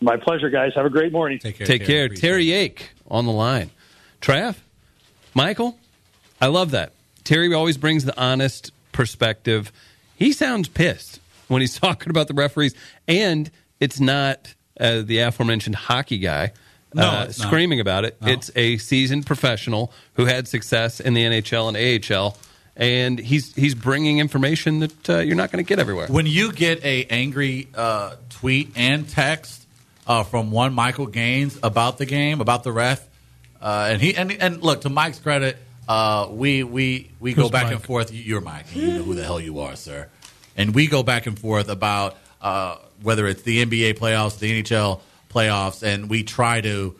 My pleasure, guys. Have a great morning.
Take care.
Take care.
Appreciate
Terry
it.
Yake on the line. Trav, Michael, I love that. Terry always brings the honest perspective. He sounds pissed when he's talking about the referees, and it's not uh, the aforementioned hockey guy
No,
uh,
it's not.
screaming about it. It's a seasoned professional who had success in the NHL and AHL, and he's he's bringing information that uh, you're not going to get everywhere.
When you get a angry uh, tweet and text uh, from one Michael Gaines about the game, about the ref, uh, and he and, and look to Mike's credit, uh, we we we go
Who's
back
Mike?
and forth. You- You're Mike. You know who the hell you are, sir. And we go back and forth about uh, whether it's the NBA playoffs, the NHL playoffs, and we try to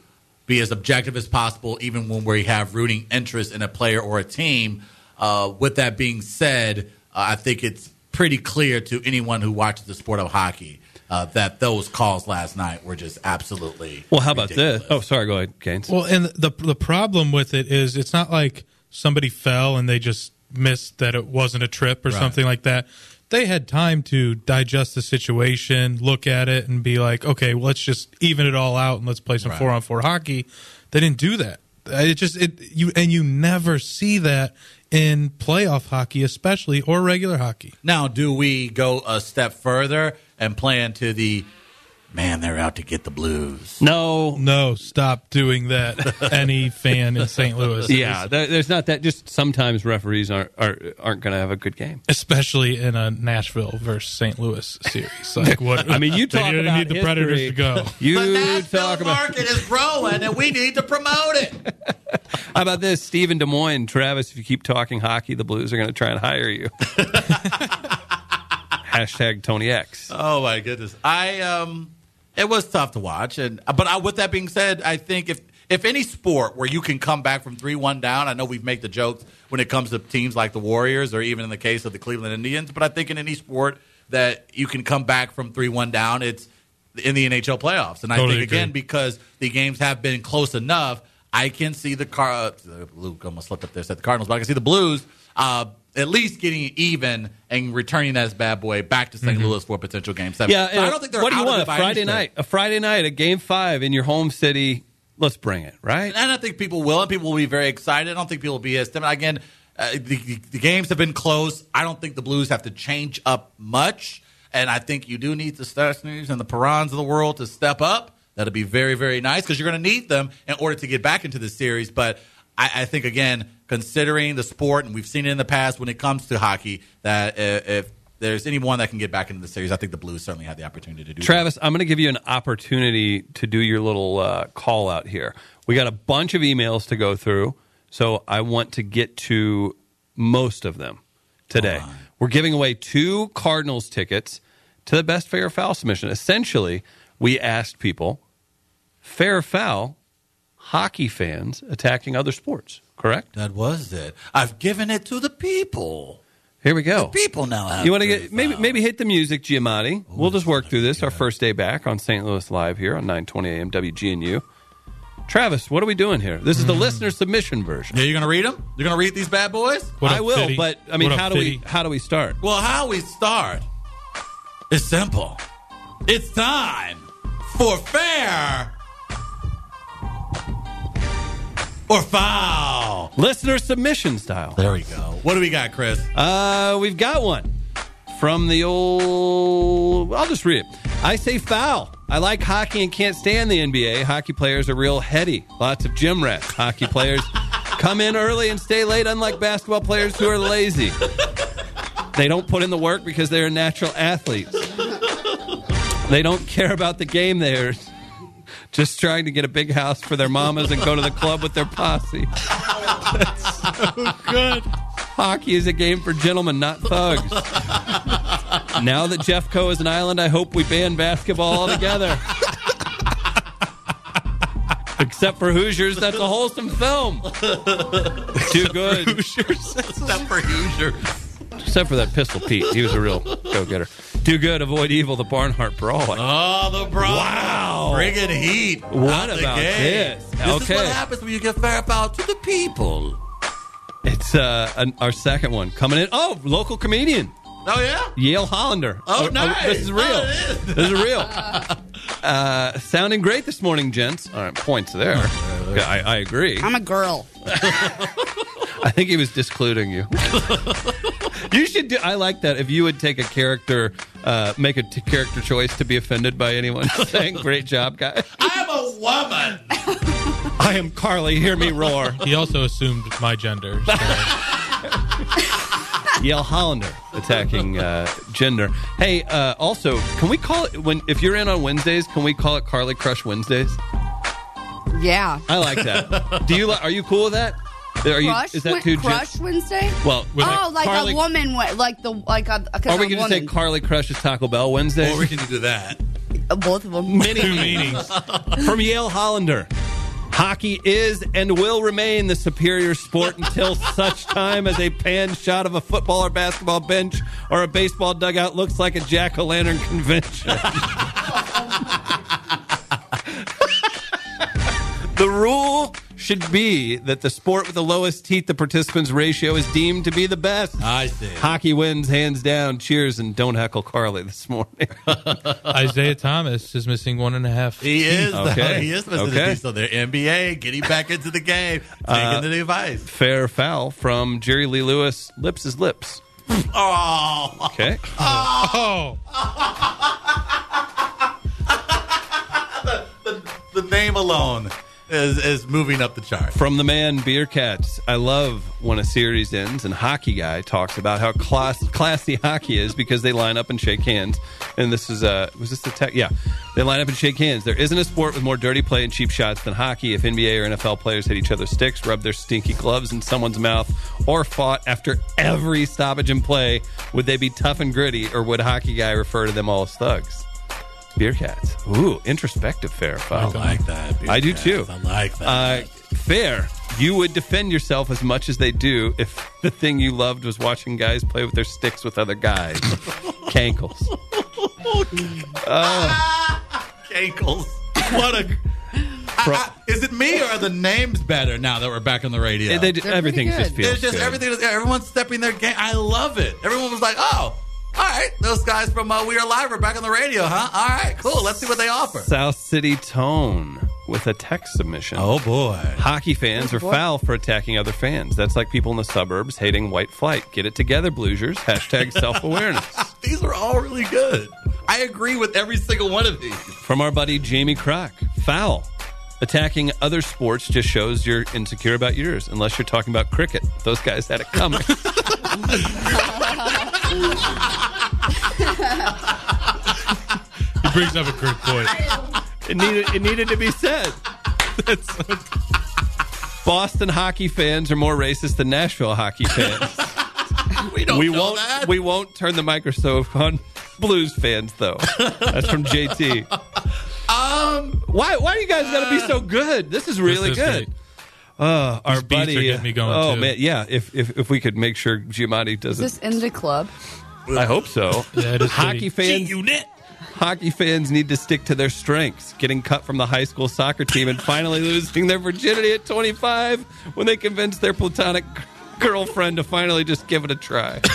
be as objective as possible, even when we have rooting interest in a player or a team. Uh, with that being said, uh, I think it's pretty clear to anyone who watches the sport of hockey uh, that those calls last night were just absolutely.
Well, how about
ridiculous.
this? Oh, sorry. Go ahead, Gaines.
Well, and the the problem with it is it's not like somebody fell and they just missed that it wasn't a trip or
Right.
something like that. They had time to digest the situation, look at it, and be like, okay, well, let's just even it all out and let's play some
Right.
four on four hockey. They didn't do that. Uh, It just it you and you never see that in playoff hockey, especially or regular hockey.
Now, do we go a step further and plan to the man? They're out to get the Blues.
no,
No, stop doing that. Any fan in St. Louis,
Yeah, there, there's not that. Just sometimes referees aren't aren't, aren't going to have a good game.
especially in a Nashville versus St. Louis series. Like what?
I mean, you
they
talk
didn't
about
need the Predators to
history.
go.
The
You
Nashville
talk about
market is growing, and we need to promote it.
how about this, Stephen Des Moines, Travis. If you keep talking hockey, the Blues are going to try and hire you. Hashtag Tony X.
Oh my goodness, I um, it was tough to watch, and but I, with that being said, I think if if any sport where you can come back from three one down, I know we've made the jokes when it comes to teams like the Warriors or even in the case of the Cleveland Indians, but I think in any sport that you can come back from three one down, it's in the NHL playoffs, and I
Totally
think
agree.
again because the games have been close enough. I can see the car. Uh, the Luke almost slipped up there, said the Cardinals, but I can see the Blues uh, at least getting even and returning that bad boy back to saint
Mm-hmm.
Louis for a potential game seven.
Yeah,
So
and
I don't think they're
What do
out of
you want?
it
A
by any
Friday
stretch.
night, a Friday night, a game five in your home city. Let's bring it, right?
And I think people will, and people will be very excited. I don't think people will be as timid. Again, uh, the, the, the games have been close. I don't think the Blues have to change up much, and I think you do need the Stastnys and the Perrons of the world to step up. That'll be very, very nice because you're going to need them in order to get back into the series. But I, I think again, considering the sport, and we've seen it in the past when it comes to hockey, that uh, if there's anyone that can get back into the series, I think the Blues certainly have the opportunity to do. that.
Travis, I'm going to give you an opportunity to do your little uh, call out here. We got a bunch of emails to go through, so I want to get to most of them today. We're giving away two Cardinals tickets to the best fair or foul submission. Essentially, we asked people fair or foul hockey fans attacking other sports, correct?
That was it. I've given it to the people.
Here we go.
People know how.
You want to get maybe maybe hit the music, Giamatti. we'll just work through this. Our first day back on St. Louis Live here on 9:20 a.m. WGNU. Travis, what are we doing here? This is
Hmm.
the listener submission version.
Yeah, you're gonna read them. You're gonna read these bad boys.
What
I
up,
will,
Fitty?
but I mean,
What up,
how do we
Fitty?
how do we start?
Well, how we start is simple. It's time for fair or foul.
Listener submission style.
There we go. What do we got, Chris?
Uh, we've got one from the old. I'll just read it. I say foul. I like hockey and can't stand the NBA. Hockey players are real heady. Lots of gym rats. Hockey players come in early and stay late, unlike basketball players who are lazy. They don't put in the work because they're natural athletes. They don't care about the game. They're just trying to get a big house for their mamas and go to the club with their posse.
Good.
Hockey is a game for gentlemen, not thugs. now that Jeffco is an island, I hope we ban basketball altogether. Except for Hoosiers, that's a wholesome film. Too good.
Except for Hoosiers.
Except for that Pistol Pete. He was a real go getter. Too good. Avoid evil. The Barnhart Brawl.
Oh, the bro! Wow, bringing heat.
What
out the
about
gate.
this?
This is
Okay.
what happens when you give fair foul to the people.
It's uh, an, our second one coming in. Oh, local comedian.
Oh yeah.
Yale Hollander.
Oh, nice.
this is real.
Oh, it is.
This is real. Uh, sounding great this morning, gents. All right, points there. Yeah, I, I agree.
I'm a girl.
I think he was discluding you. you should do. I like that. If you would take a character, uh, make a t- character choice to be offended by anyone saying, "Great job, guy."
I'm a woman.
I am Carly. Hear me roar.
He also assumed my gender. so-
Yale Hollander attacking uh, gender. Hey, uh, also, can we call it when if you're in on Wednesdays? Can we call it Carly Crush Wednesdays?
Yeah.
I like that. Do you? li- Are you cool with that? Are you?
crush
Is that
Wed-
too? gen-
crush Wednesday?
Well, with
oh, like
Carly-
a woman, we- like the like a.
Are
Cause
we
I'm
going to
woman.
say Carly crushes Taco Bell Wednesday?
Or we can do that.
Uh, both of them?
Two meanings.
From Yale Hollander. Hockey is and will remain the superior sport until such time as a pan shot of a football or basketball bench or a baseball dugout looks like a jack o' lantern convention. the rule should be that the sport with the lowest teeth to participants ratio is deemed to be the best.
I see.
Hockey wins hands down. Cheers and don't heckle Carly this morning.
Isaiah Thomas is missing one and a half.
He is.
Okay.
The, he is supposed
Okay. Uh,
to be so they're NBA, getting back into the game, taking the advice.
Fair foul from Jerry Lee Lewis. Lips is lips.
Oh,
Okay.
Oh,
the name alone is is moving up the chart.
From the man Beer Cats, I love when a series ends and Hockey Guy talks about how class, classy hockey is because they line up and shake hands. And this is, uh, was this the tech? Yeah. They line up and shake hands. There isn't a sport with more dirty play and cheap shots than hockey. If NBA or NFL players hit each other's sticks, rubbed their stinky gloves in someone's mouth, or fought after every stoppage in play, would they be tough and gritty or would Hockey Guy refer to them all as thugs? Beer Cats. Ooh, introspective fair foul.
I like that.
I do
Bearcats.
too.
I like that.
Uh, fair. You would defend yourself as much as they do if the thing you loved was watching guys play with their sticks with other guys. Cankles. Uh,
ankles. What a.
Pro-
I- I- is it me or are the names better now that we're back on the radio?
They just,
They're
everything
pretty
just
good.
feels
It's just
good.
everything. is- Everyone's stepping their game. I love it. Everyone was like, "Oh, all right, those guys from uh, We Are Live are back on the radio, huh? All right, cool. Let's see what they offer."
South City Tone with a text submission.
Oh.
boy.
Hockey fans are foul for attacking other fans. That's like people in the suburbs hating white flight. Get it together, Bluesiers. Hashtag self awareness.
These are all really good. I agree with every single one of these.
From our buddy Jamie Crock. Foul. Attacking other sports just shows you're insecure about yours, unless you're talking about cricket. Those guys had it coming.
he brings up a good point.
It needed it needed to be said. That's Boston hockey fans are more racist than Nashville hockey fans.
We don't
we
know
won't
that.
we won't turn the microscope on Blues fans though. That's from JT. Um why why do you guys gotta be so good? This is really
is
good.
great.
Uh, our
These beats
buddy,
are getting me going,
oh
too.
man, yeah. If, if if we could make sure Giamatti
Is
doesn't,
this in the club?
I hope so.
Yeah, it is
hockey fans, hockey fans need to stick to their strengths. Getting cut from the high school soccer team and finally losing their virginity at 25 when they convinced their platonic g- girlfriend to finally just give it a try.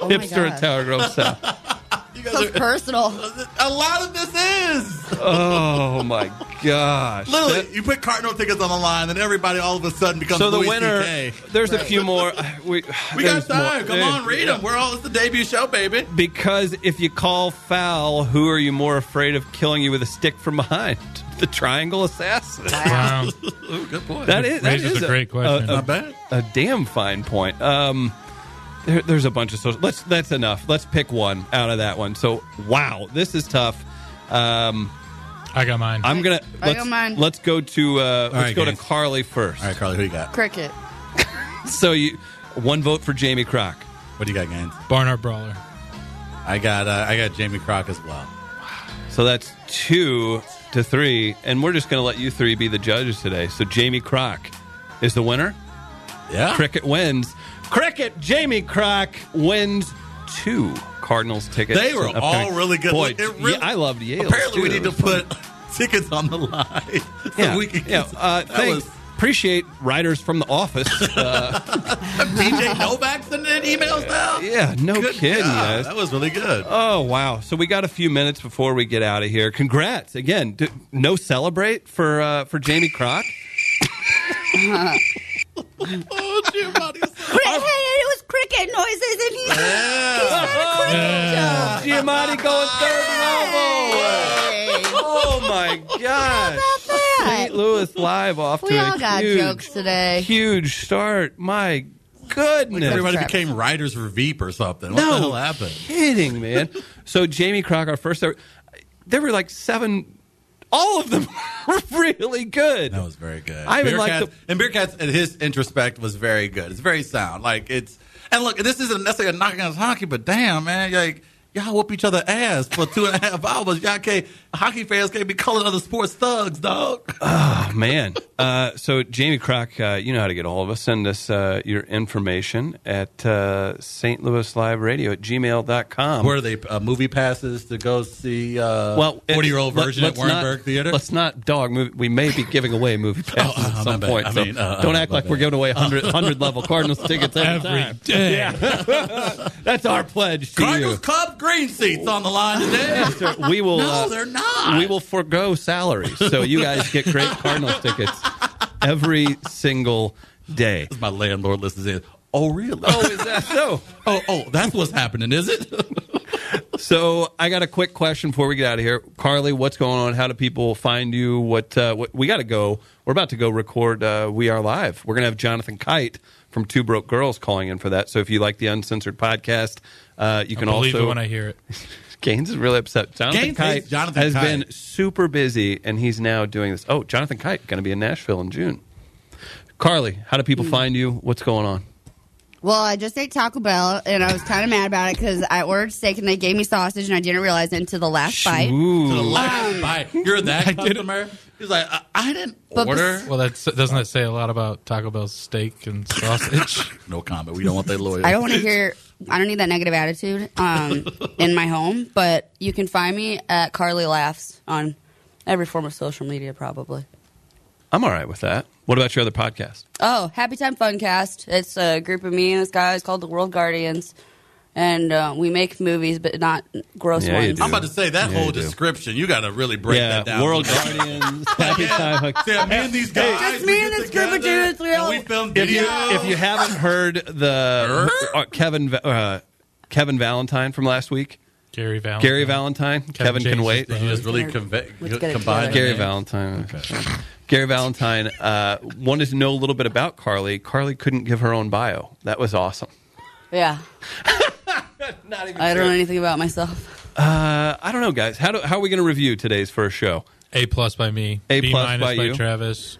Oh my
Hipster at
God.
Tower Grove South.
So personal.
A lot of this is
Oh my gosh.
literally you put Cardinal tickets on the line, and everybody all of a sudden becomes
so the
Louis
winner.
CK.
There's a
Right.
few more. Uh, We,
We
there's
got time.
more.
Come on, read them. We're all it's the debut show, baby.
Because if you call foul, who are you more afraid of killing you with a stick from behind? The triangle assassin.
Wow.
Ooh, good point.
That is that
Raises
is
a great question.
a-
not bad.
a damn fine point. Um, there, there's a bunch of social. Let's that's enough. Let's pick one out of that one. So wow, this is tough. Um,
I got mine.
I'm gonna
I
let's,
got mine.
let's go to uh, let's
right,
go
guys.
to Carly first.
All right, Carly, who you got?
Cricket.
So you one vote for Jamie Crock.
What do you got, Gaines?
Barnard Brawler.
I got uh, I got Jamie Crock as well.
So that's two to three, and we're just gonna let you three be the judges today. So Jamie Crock is the winner.
Yeah,
Cricket wins. Cricket Jamie Crock wins two Cardinals tickets.
They were
and upcoming-
all really good.
Boy,
It really-
yeah, I loved Yale.
Apparently, we
too.
need to put tickets on the line. so
yeah,
we can
yeah. Uh,
that
thanks. Appreciate writers from the office. Uh,
was DJ Novak sending in emails now.
yeah, no
Good
kidding.
God,
guys.
That was really good.
Oh wow! So we got a few minutes before we get out of here. Congrats again. D- no celebrate for uh, for Jamie Crock.
oh, Giamatti.
hey, it was cricket noises and he's
Yeah.
Oh, Giamatti going third level. Oh my god! St. Louis live off
We
to a
all got
huge,
jokes today.
huge start. My goodness.
Everybody
Travis.
became writers for Veep or something. What the
No
hell happened?
kidding, man. so Jamie Crock, our first ever, there were like seven. All of them were really good.
That was very good.
I even
Beercats-
like the-
and Beercats and his introspect was very good. It's very sound. Like it's and look, this isn't necessarily a knock against hockey, but damn man, like y'all whoop each other ass for two and a half hours. Y'all can't hockey fans can't be calling other sports thugs, dog.
Oh, man. Uh, so Jamie Crock, uh, you know how to get all of us. Send us uh, your information at uh, St. Louis Live Radio at gmail.com.
Were they uh, movie passes to go see uh,
well, it's-
forty year old
let-
version
let's
at Warrenburg
not-
Theater? Oh,
Let's not dog movie. We may be giving away movie passes
my
at some
bad.
point.
I
so
mean, uh,
don't
uh,
act
my
like we're
bad.
giving away 100, 100 level Cardinals tickets every,
Every
time.
day.
That's our pledge to
Cardinals
you.
Club green seats on the line today.
So we will.
no,
uh,
they're not.
we will forego salaries, so you guys get great Cardinals tickets every single day.
My landlord listens in. Oh really?
Oh, is that so?
oh, oh, that's what's happening, is it?
So I got a quick question before we get out of here, Carly. What's going on? How do people find you? What? Uh, what we got to go. We're about to go record. Uh, we are live. We're gonna have Jonathan Kite from Two Broke Girls calling in for that. So if you like the uncensored podcast, uh, you can
Believe
also
it when I hear it.
Gaines is really upset. Jonathan
Gaines
Kite
hates Jonathan
has
Kite.
been super busy, and he's now doing this. Oh, Jonathan Kite going to be in Nashville in June. Carly, how do people find you? What's going on?
Well, I just ate Taco Bell and I was kind of mad about it because I ordered steak and they gave me sausage and I didn't realize it until the last bite.
to the
Ooh,
last bite. You're that customer. He's like, I, I didn't
But
order.
bes-
Well, that doesn't that say a lot about Taco Bell's steak and sausage?
no comment. We don't want that lawyer.
I don't want to hear. I don't need that negative attitude um, in my home. But you can find me at Carly Laughs on every form of social media, probably.
I'm all right with that. What about your other podcast?
Oh, Happy Time Funcast. It's a group of me and this guy. It's called the World Guardians. And uh, we make movies, but not gross
Yeah, you
ones.
do.
I'm about to say that
Yeah, you
whole
do.
description. You got to really break
yeah,
that down.
World Guardians, Happy Time. Hook-
Yeah, me and these guys.
Just
we
me
get
and this group of
together
dudes, we
and
all-
We filmed
If you
videos.
if you haven't heard the
Err?
uh, Kevin Va- uh, Kevin Valentine from last week,
Gary Valentine.
Gary Valentine, Kevin, can
James'
wait.
Did you just really
Let's
conve-
get it
combine
together.
Gary
the names?
Valentine. Gary Valentine uh, wanted to know a little bit about Carly. Carly couldn't give her own bio. That was awesome.
Yeah. not even I don't know anything about myself.
Uh, I don't know, guys. How, do, how are we going to review today's first show?
A plus by me.
A
B
plus
minus
by you.
Travis.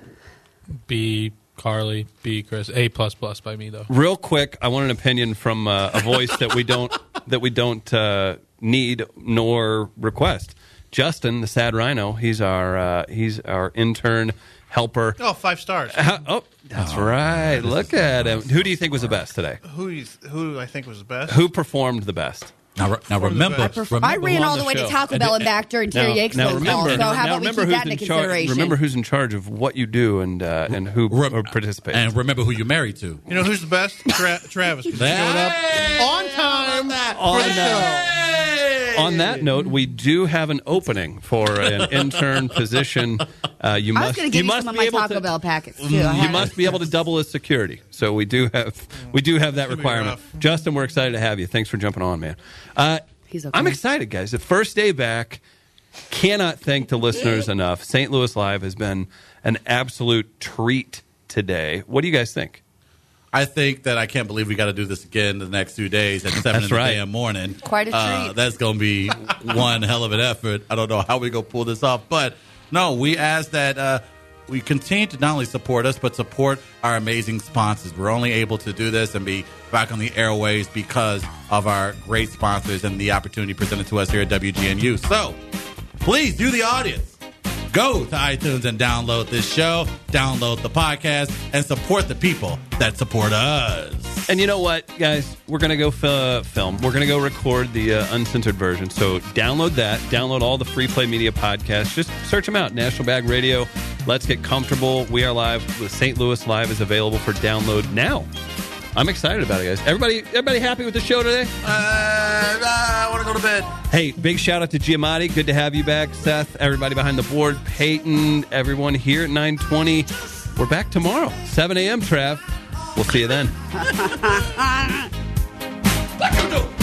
B Carly. B Chris. A plus plus by me though.
Real quick, I want an opinion from uh, a voice that we don't that we don't uh, need nor request. Justin, the sad rhino, he's our uh, he's our intern helper.
Oh, five stars.
How- oh, that's right. Look at him. Who do you think was the best today?
Who you, who I think was the best?
Who performed the best?
Now, re- now
the
remember,
best.
remember
I ran
who
all
on
the way to
show-
Taco Bell and back during Terry Yates'
now
phone call.
remember,
So how
now
about we
remember
keep
who's
that
in
into
charge.
consideration?
Remember who's in charge of what you do and uh, and who
Re-
who participates.
And remember who you married to.
You know who's the best? Tra- Travis. 'cause he showed up.
on time.
on, uh, on that note, we do have an opening for an intern position. Uh, you
I was
must
going to
you
give you,
must
some of
be
my
able
Taco
to,
Bell packets too. I
You
had
must
it.
be able to double as security. So we do have we do have that
gonna be
requirement.
rough.
Justin, we're excited to have you. Thanks for jumping on, man. Uh,
He's okay.
I'm excited, guys. The first day back. Cannot thank the listeners enough. St. Louis Live has been an absolute treat today. What do you guys think?
I think that I can't believe we got to do this again the next two days at seven
That's
in the
right.
damn morning.
Quite a
Uh,
treat.
that's going to be one hell of an effort. I don't know how we going to pull this off, but no, we ask that uh, we continue to not only support us but support our amazing sponsors. We're only able to do this and be back on the airways because of our great sponsors and the opportunity presented to us here at WGNU. So please do the audience. Go to iTunes and download this show, download the podcast, and support the people that support us.
And you know what, guys? We're going to go fi- film. We're going to go record the uh, uncensored version. So download that. Download all the Free Play Media podcasts. Just search them out. National Bag Radio. Let's get comfortable. We are live. The St. Louis Live is available for download now. I'm excited about it, guys. Everybody, everybody happy with the show today?
Uh, I want to go to bed.
Hey, big shout out to Giamatti. Good to have you back, Seth. Everybody behind the board, Peyton, everyone here at 920. We're back tomorrow, 7 a.m. Trav. We'll see you then.
Black Widow.